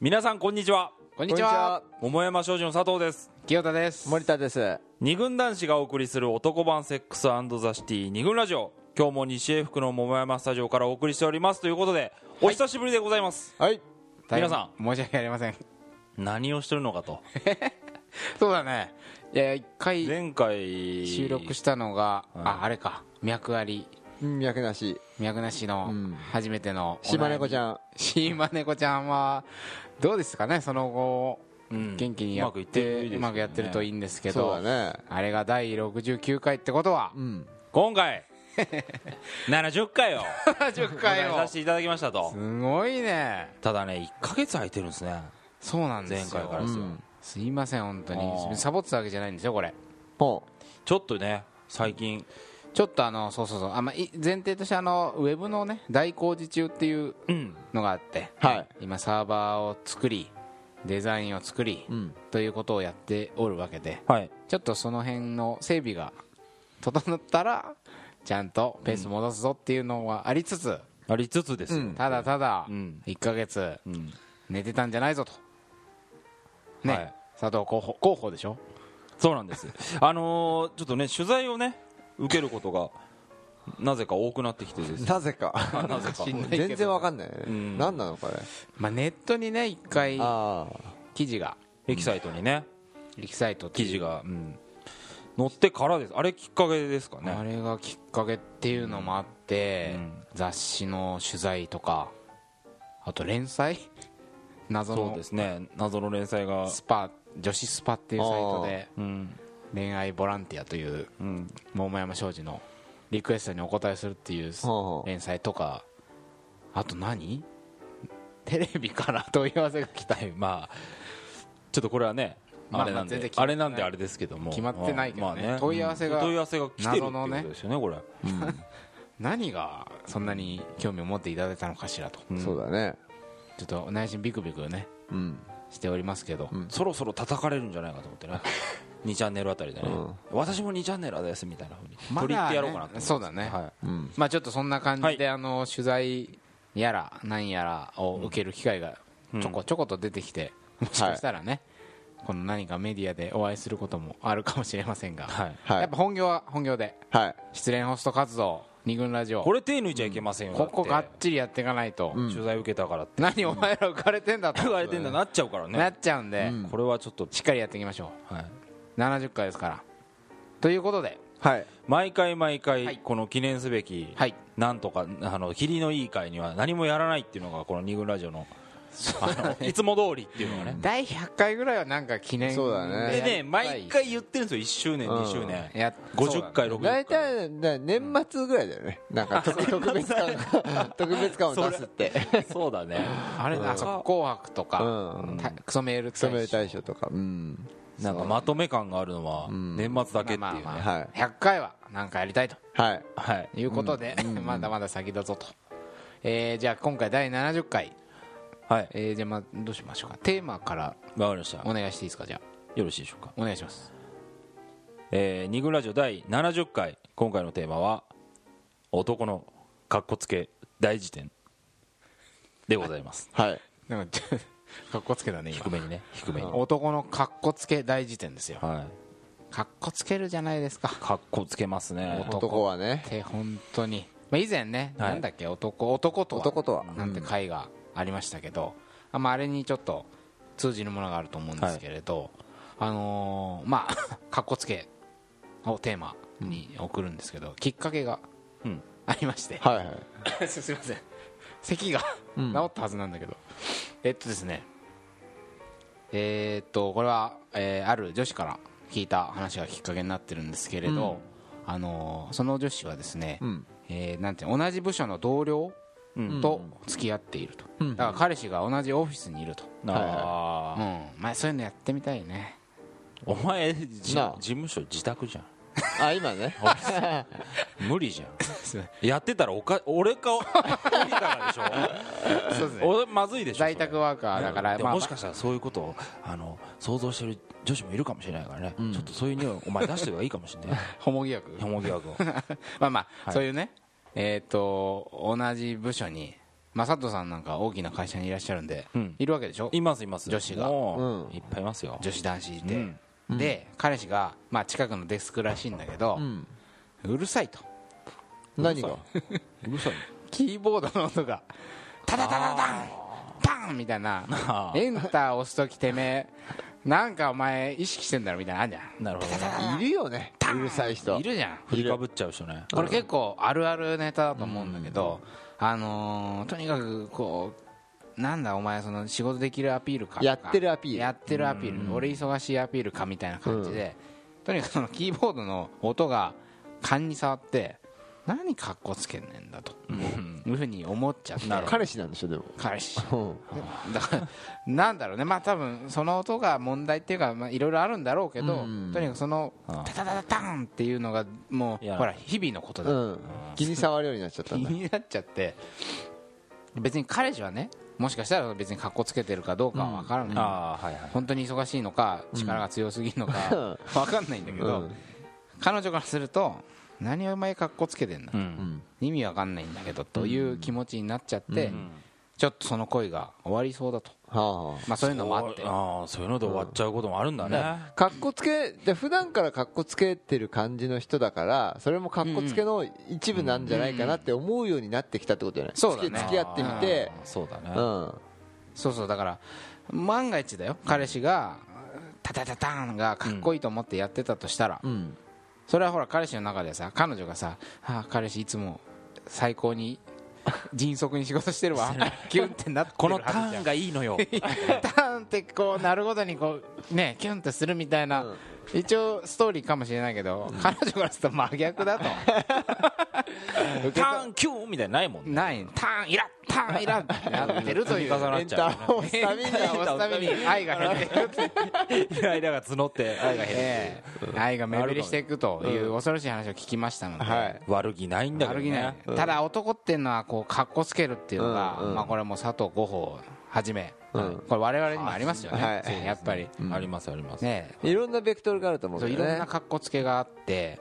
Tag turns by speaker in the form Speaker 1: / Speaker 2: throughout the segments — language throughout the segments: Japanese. Speaker 1: 皆さんこんにちは
Speaker 2: こん
Speaker 3: こんにちは。
Speaker 1: 桃山商事の佐藤です
Speaker 2: 清田です
Speaker 3: 森田です。
Speaker 1: 二軍男子がお送りする男版セックスザシティ二軍ラジオ今日も西英福の桃山スタジオからお送りしておりますということでお久しぶりでございます、
Speaker 3: はい。
Speaker 1: 皆さ
Speaker 2: ん申し訳ありません
Speaker 1: 何をしてるのかと
Speaker 2: そうだねいや一回
Speaker 1: 前回
Speaker 2: 収録したのが、ああれか脈あり
Speaker 3: 脈なし。
Speaker 2: 脈なしの
Speaker 3: うん
Speaker 2: 初めての
Speaker 3: 島猫ち
Speaker 2: ん
Speaker 3: ゃん。
Speaker 2: 島猫ちゃんはどうですかねその後、
Speaker 1: うん
Speaker 2: 元気にやっ
Speaker 1: うまくい
Speaker 2: て
Speaker 1: ってるといいですよね
Speaker 2: うまくやってるといいんですけ
Speaker 3: そ
Speaker 2: ど
Speaker 3: うだね。
Speaker 2: あれが第69回ってこ とは
Speaker 3: うん。
Speaker 1: 今 回70回を
Speaker 2: 70回
Speaker 1: お願いさせていただきましたと
Speaker 2: すごいね
Speaker 1: ただね1か月空いてるんですね
Speaker 2: そうなんですよ
Speaker 1: 前回からですよ
Speaker 3: うん
Speaker 2: すいません本当
Speaker 1: あー
Speaker 2: にサボってたわけじゃないんですよこれ
Speaker 3: ほ
Speaker 1: ちょっとね最近
Speaker 2: ちょっとあのそうそうそうあ、まあ、い前提としてあのウェブのね大工事中っていう
Speaker 1: うん
Speaker 2: のがあって、
Speaker 3: う。はい。
Speaker 2: 今サーバーを作りデザインを作り、
Speaker 3: うん。
Speaker 2: ということをやっておるわけで
Speaker 1: はい
Speaker 2: ちょっとその辺の整備が整ったらちゃんとペース戻すぞっていうのはありつつ、
Speaker 1: ありつつですよ、
Speaker 3: うん
Speaker 2: ただただ
Speaker 1: うん
Speaker 2: 1ヶ月
Speaker 1: うん
Speaker 2: 寝てたんじゃないぞとね、
Speaker 1: はい
Speaker 2: 佐藤候補候補でしょ
Speaker 1: そうなんですあのーちょっとね取材をね受けることがなぜか多くなってきて ですね
Speaker 3: なぜか。
Speaker 1: なぜか
Speaker 2: しんないけど
Speaker 3: 全然わかんないね。
Speaker 1: ん
Speaker 3: 何なのこれ。
Speaker 2: まあ、ネットにね1回
Speaker 3: あ
Speaker 2: 記事が
Speaker 1: エキサイトにね
Speaker 2: エキサイトってい
Speaker 1: 記事
Speaker 2: う
Speaker 1: が、うん、載ってからですあれきっかけですか
Speaker 2: あ
Speaker 1: ね
Speaker 2: れがきっかけっていうのもあって、
Speaker 1: うん
Speaker 2: 雑誌の取材とかあと連載 謎
Speaker 1: そう
Speaker 2: の
Speaker 1: ですね謎の連載が
Speaker 2: スパ女子スパっていうサイトで
Speaker 1: うん
Speaker 2: 恋愛ボランティアという
Speaker 1: うん
Speaker 2: 桃山商事のリクエストにお答えするっていう
Speaker 3: あ。ほうほう。
Speaker 2: 連載とかあと何テレビから問い合わせが来た
Speaker 1: はいまあちょっとこれはね
Speaker 2: まあ
Speaker 1: あれなん
Speaker 2: まあ全然
Speaker 1: で
Speaker 2: 決ま
Speaker 1: あれ
Speaker 2: ってない
Speaker 1: なんであれですけども
Speaker 2: 決まってないけどね問い合わせが
Speaker 1: うん問い合わせが来てるっていう
Speaker 2: 謎
Speaker 1: こ
Speaker 2: のね
Speaker 1: とですよねこれ
Speaker 2: 何がそんなに興味を持っていただいたのかしらと、
Speaker 3: そうだね。
Speaker 2: ちょっと内心ビクビクね
Speaker 3: うん。
Speaker 2: しておりますけど、
Speaker 1: そろそろ叩かれるんじゃないかと思ってね 2チャンネルあたりでね
Speaker 3: うん
Speaker 1: 私も2チャンネルですみたいなふうに
Speaker 2: まだ
Speaker 1: 取り入ってやろうかなと思って
Speaker 2: そうだね、
Speaker 1: は
Speaker 3: うん。
Speaker 2: まあちょっとそんな感じで、
Speaker 1: はい
Speaker 2: あの取材やらなんやらを受ける機会がちょこちょこと出てきて、もしかしたらね、この何かメディアでお会いすることもあるかもしれませんが、
Speaker 1: はい
Speaker 3: はい
Speaker 2: やっぱ本業は本業で
Speaker 3: はい。
Speaker 2: 失恋ホスト活動二軍ラジオ
Speaker 1: これ手抜いちゃいけませんよだ
Speaker 2: こ
Speaker 1: って
Speaker 2: こがっちりやっていかないと、
Speaker 1: 取材受けたからって
Speaker 2: 何お前ら浮かれてんだと、
Speaker 1: 言われてんだなっちゃうから
Speaker 2: な
Speaker 1: ね
Speaker 2: っちゃうんで、
Speaker 1: これはちょっと
Speaker 2: しっかりやっていきましょ
Speaker 1: はいう
Speaker 2: 70回ですからということで
Speaker 3: はい。
Speaker 1: 毎回毎
Speaker 2: は
Speaker 1: 回
Speaker 2: い
Speaker 1: この記念すべき
Speaker 2: はい
Speaker 1: なんとかあの霧のいい会には何もやらないっていうのがこの二軍ラジオのあのいつも通りっていうのがね
Speaker 2: 第100回ぐらいはなんか記念
Speaker 3: そうだね
Speaker 1: で
Speaker 2: やりた
Speaker 1: ね
Speaker 2: い
Speaker 1: 毎回言ってるんですよ1周年
Speaker 3: うん
Speaker 1: 2周年
Speaker 2: や
Speaker 1: 50回60
Speaker 3: 大
Speaker 1: 回
Speaker 3: 体ね年末ぐらいだよね。なんか特特別 感が特別感を出すって。
Speaker 1: そうだね
Speaker 2: あれあそう紅白と
Speaker 3: う
Speaker 2: か、
Speaker 3: ん。
Speaker 2: たクソメール
Speaker 3: 勤め
Speaker 2: 大
Speaker 3: る
Speaker 2: 賞
Speaker 3: 大賞とか。うん。
Speaker 1: なんかまとめ感があるのは年末だけっていう
Speaker 2: まあ
Speaker 1: ね
Speaker 2: まあまあ
Speaker 3: はい
Speaker 2: 100回は何かやりたいと
Speaker 3: はい。
Speaker 1: はい
Speaker 2: いうことで、まだまだ先だぞと、えーじゃあ今回第70回、
Speaker 1: はい
Speaker 2: えーじゃあまあどうしましょうかテーマから
Speaker 1: わかりました
Speaker 2: お願いしていいですかじゃあ
Speaker 1: よろしいでしょうか
Speaker 2: お願いします
Speaker 1: えー、二軍ラジオ第70回今回のテーマは「男のかっこつけ大辞典」でございます
Speaker 3: はい。
Speaker 2: なんか ちょかっこつけだね
Speaker 1: 低
Speaker 2: 今
Speaker 1: めにね低めに、
Speaker 2: 男のかっこつけ大辞典ですよ
Speaker 1: はい、
Speaker 2: かっこつけるじゃないですか
Speaker 1: かっこつけますね
Speaker 2: 男
Speaker 3: 男はね
Speaker 2: っ。て本当に、まあ、以前ね、
Speaker 1: はい
Speaker 2: なんだっけ男男とは
Speaker 3: 男とは
Speaker 2: なんて回がありましたけど、あまあ、あれにちょっと通じるものがあると思うんですけれど、あのーまあ かっこつけをテーマに送るんですけど、きっかけが
Speaker 1: うん
Speaker 2: ありまして、
Speaker 3: はいは い。
Speaker 2: すいません咳が治ったはずなんだけど、えっとですねえーっとこれは、えーある女子から聞いた話がきっかけになってるんですけれど、あのーその女子はですね、
Speaker 3: ん
Speaker 2: えーなんていうの同じ部署の同僚と付き合っていると、だから彼氏が同じオフィスにいると、
Speaker 1: ああ、
Speaker 2: うんまあ、そういうのやってみたいね
Speaker 1: お前じ
Speaker 3: なあ
Speaker 1: 事務所自宅じゃ
Speaker 3: あ、今 ね。
Speaker 1: ん無理じゃんやってたらおか俺か無理からでしょ
Speaker 2: そうです
Speaker 1: 俺まずいでしょそれ
Speaker 2: 在宅ワーカーだから、
Speaker 1: で
Speaker 2: まあ
Speaker 1: もしかしたらそういうことをあの想像してる女子もいるかもしれないからね、ちょっとそういう匂いをお前出しておいた方がいいかもしれない
Speaker 2: ホモ疑惑
Speaker 1: 山際君
Speaker 2: まあまあ、そういうね、えっ、と、同じ部署に正人さんなんか大きな会社にいらっしゃるんで、
Speaker 1: うん
Speaker 2: いるわけでしょ
Speaker 1: いますいます
Speaker 2: 女子が
Speaker 1: もう
Speaker 3: うん
Speaker 1: いっぱいいますよ
Speaker 2: 女子男子いて、
Speaker 1: うん
Speaker 2: で彼氏が、まあ、近くのデスクらしいんだけど
Speaker 3: う、ん
Speaker 2: うるさいと
Speaker 3: 何が
Speaker 1: うるさい
Speaker 2: キーボードの音がタタタタタンパンみたいな
Speaker 1: あー
Speaker 2: エンター押すときてめえなんかお前意識してんだろみたいなのあんじゃん
Speaker 1: なるほどね
Speaker 3: いるよねうるさい人
Speaker 2: いるじゃん
Speaker 1: 振りかぶっちゃう人ね
Speaker 2: これ結構あるあるネタだと思うんだけど、あのーとにかくこうなんだお前その仕事できるアピールかとか
Speaker 3: やってるアピール
Speaker 2: やってるアピール、俺忙しいアピールかみたいな感じで、とにかくそのキーボードの音が勘に触って何かっこつけんねんだと、いうふうに思っちゃって
Speaker 3: 彼氏なんでしょでも
Speaker 2: 彼氏
Speaker 3: うん
Speaker 2: だからなんだろうねまあ多分その音が問題っていうかまあいろいろあるんだろうけど、
Speaker 3: うん
Speaker 2: とにかくその
Speaker 1: ああ
Speaker 2: タタタタタンっていうのがもう
Speaker 1: いや
Speaker 2: ほら日々のことだ
Speaker 3: うん気に障るようになっちゃった
Speaker 2: 気
Speaker 3: んだ
Speaker 2: になっちゃって別に彼氏はねもしかしたら別に格好つけてるかどうかは分からない、
Speaker 1: ああはいはい
Speaker 2: 本当に忙しいのか力が強すぎるの か分かんないんだけ
Speaker 3: う
Speaker 2: ど、
Speaker 3: ん
Speaker 2: 彼女からすると何お前格好つけてんだ、
Speaker 1: うん
Speaker 3: うん
Speaker 2: 意味分かんないんだけどという気持ちになっちゃって、
Speaker 1: ん
Speaker 2: ちょっとその恋が終わりそうだと、
Speaker 3: は
Speaker 2: まあ、そういうのもあって
Speaker 1: そうああそういうので終わっちゃうこともあるんだね
Speaker 3: あかっこつけじゃあ普段からかっこつけてる感じの人だからそれもかっこつけの一部なんじゃないかなって思うようになってきたってことじゃない
Speaker 2: そうだね
Speaker 3: 付き合ってみて
Speaker 1: ああそうだね
Speaker 3: うん
Speaker 2: そうそうだから万が一だよ彼氏がタタタタンがかっこいいと思ってやってたとしたら、
Speaker 3: うん
Speaker 2: それはほら彼氏の中でさ彼女がさ「ああ彼氏いつも最高に迅速に仕事してる わ」キュンってなってる
Speaker 1: この
Speaker 2: は
Speaker 1: タ
Speaker 2: ずじ
Speaker 1: ー
Speaker 2: ゃ
Speaker 1: ン
Speaker 2: ん
Speaker 1: がいいの よ
Speaker 2: ターンってこうなるごとにこうねキュンってするみたいな、一応ストーリーかもしれないけど、彼女からすると真逆 だと
Speaker 1: タ
Speaker 2: 受けと
Speaker 1: ーンキューンみたいなのない もんね
Speaker 2: ないターンイラッターンイラッってなってると いう
Speaker 1: 積み重な
Speaker 3: エ
Speaker 1: っ
Speaker 3: ン
Speaker 1: ちゃ
Speaker 3: タ
Speaker 1: う
Speaker 3: ーを押すたびに
Speaker 2: 押すたびに愛が減ってるっていう
Speaker 1: イライラが募って愛が減る
Speaker 2: ええ愛が目減りしていくという恐ろしい話を聞きましたの で、
Speaker 3: はい
Speaker 1: 悪気ないんだけど
Speaker 2: 悪気ない
Speaker 1: ね
Speaker 2: ただ男っていうのはこうかっこつけるっていうのが、
Speaker 3: うんうん
Speaker 2: まあ、これも佐藤五歩はじめ、
Speaker 3: うん
Speaker 2: これ我々にもありますよね、
Speaker 3: はい
Speaker 2: そうやっぱり、
Speaker 1: ありますあります
Speaker 2: ね
Speaker 3: いろんなベクトルがあると思う
Speaker 2: そう
Speaker 3: け
Speaker 2: い
Speaker 3: ど
Speaker 2: ろん
Speaker 3: ね
Speaker 2: なかっこつけがあって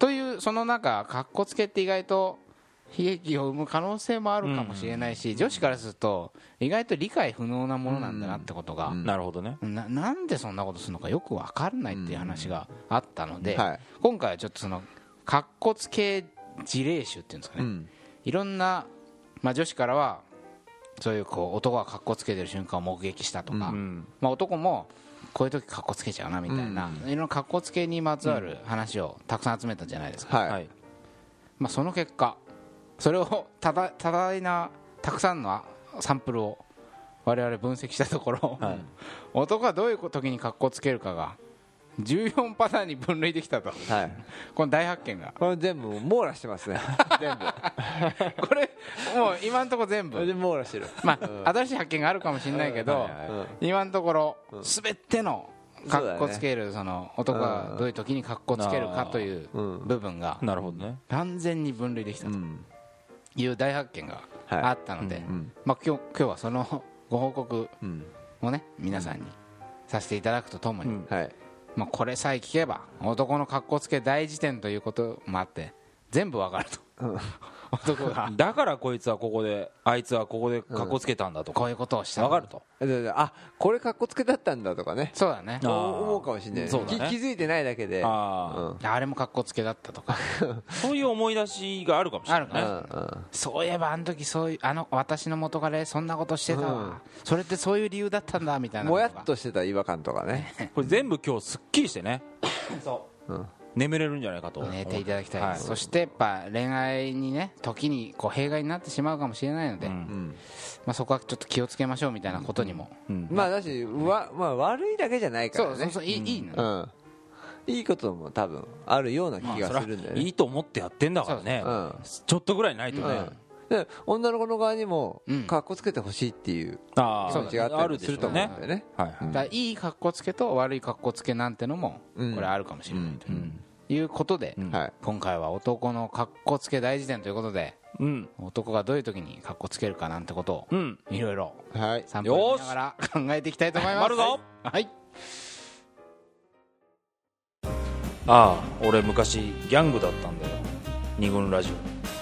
Speaker 2: というその中かっこつけって意外と悲劇を生む可能性もあるかもしれないし、女子からすると意外と理解不能なものなんだなってことが、
Speaker 1: なるほどね
Speaker 2: ななんでそんなことするのかよく分からないっていう話があったので、
Speaker 3: はい
Speaker 2: 今回はちょっとそのかっこつけ事例集っていうんですかね、
Speaker 3: ん
Speaker 2: いろんな、まあ、女子からはそういうこう男がかっこつけてる瞬間を目撃したとか、
Speaker 1: うん
Speaker 2: まあ、男もこういう時かっこつけちゃうなみたいな、いろんなかっこつけにまつわる話をたくさん集めたじゃないですか、
Speaker 1: は
Speaker 3: はい
Speaker 1: い
Speaker 2: まあ、その結果それを多大 多大なたくさんのあサンプルを我々分析したところ、
Speaker 1: はい
Speaker 2: 男はどういう時にかっこつけるかが14パターンに分類できたと
Speaker 3: はい
Speaker 2: この大発見が
Speaker 3: これ全部網羅してますね全
Speaker 2: これもう今のところ全
Speaker 3: 部
Speaker 2: 部
Speaker 3: で網羅してる
Speaker 2: まあ新しい発見があるかもしれないけど
Speaker 3: うん
Speaker 2: 今のところ全てのかっこつけるその男がどういう時にかっこつけるかという
Speaker 3: うん
Speaker 2: 部分が
Speaker 1: なるほどね
Speaker 2: 完全に分類できた
Speaker 3: う
Speaker 2: と
Speaker 3: ん
Speaker 2: いう大発見が
Speaker 3: はい
Speaker 2: あったので
Speaker 3: ん
Speaker 2: まあ今日今日はそのご報告
Speaker 3: うん
Speaker 2: をね皆さんにさせていただくとともに
Speaker 3: はい
Speaker 2: まあ、これさえ聞けば男の格好つけ大辞典ということもあって全部わかると、 男が
Speaker 1: だからこいつはここであいつはここでかっこつけたんだと
Speaker 2: こ
Speaker 1: か
Speaker 2: ういうことをした
Speaker 1: わかると
Speaker 3: でであこれかっこつけだったんだとかね
Speaker 2: そうだね
Speaker 1: あー
Speaker 3: 思うかもしれない、
Speaker 1: そうだね
Speaker 3: き気づいてないだけで
Speaker 1: あ
Speaker 2: あれも格好つけだったとか
Speaker 1: そういう思い出しがあるかもしれ
Speaker 2: あ
Speaker 1: な
Speaker 2: る
Speaker 1: い
Speaker 2: か
Speaker 1: ね
Speaker 2: ら、そういえばあの時そういうあの私の元彼そんなことしてたわ、それってそういう理由だったんだみたいなの
Speaker 3: も
Speaker 2: が
Speaker 3: やっとしてた違和感とかね
Speaker 1: これ全部今日すっきりしてね眠れるんじゃないかと
Speaker 2: 寝ていただきたいです、
Speaker 1: は
Speaker 2: そしてやっぱ恋愛にね時にこう弊害になってしまうかもしれないので、
Speaker 3: ん
Speaker 2: まあ、そこはちょっと気をつけましょうみたいなことにも、
Speaker 3: まあだしわ、まあ、悪いだけじゃないか
Speaker 2: そ
Speaker 3: ら
Speaker 2: うそう
Speaker 3: ね
Speaker 2: そういい,、いいのよ
Speaker 3: うんいいことも多分あるような気がするんだよ
Speaker 1: い
Speaker 3: ね、
Speaker 1: いと思ってやってんだからね
Speaker 3: うん
Speaker 1: ちょっとぐらいないとね
Speaker 3: で女の子の側にも
Speaker 2: うん
Speaker 3: かっこつけてほしいっていう
Speaker 1: あ
Speaker 3: 気
Speaker 1: あ
Speaker 3: 持ちがあ
Speaker 1: あ
Speaker 3: った
Speaker 1: る
Speaker 3: り
Speaker 1: ですしょ
Speaker 3: る
Speaker 1: う
Speaker 3: と思う
Speaker 1: ね
Speaker 3: んだよね
Speaker 1: はいはい
Speaker 2: だからいい格好つけと悪い格好つけなんてのもこ
Speaker 3: うん
Speaker 2: れあるかもしれないということで
Speaker 1: ん
Speaker 3: はい
Speaker 2: 今回は男の格好つけ大事典ということで
Speaker 1: うん
Speaker 2: 男がどういう時に格好つけるかなんてこと
Speaker 1: う
Speaker 2: を
Speaker 1: ん
Speaker 2: いろいろ
Speaker 3: はい
Speaker 2: 散歩しながら考えていきたいと思います
Speaker 1: 頑張るぞ
Speaker 2: はい
Speaker 1: ああ俺昔ギャングだったんだよ二軍ラジオ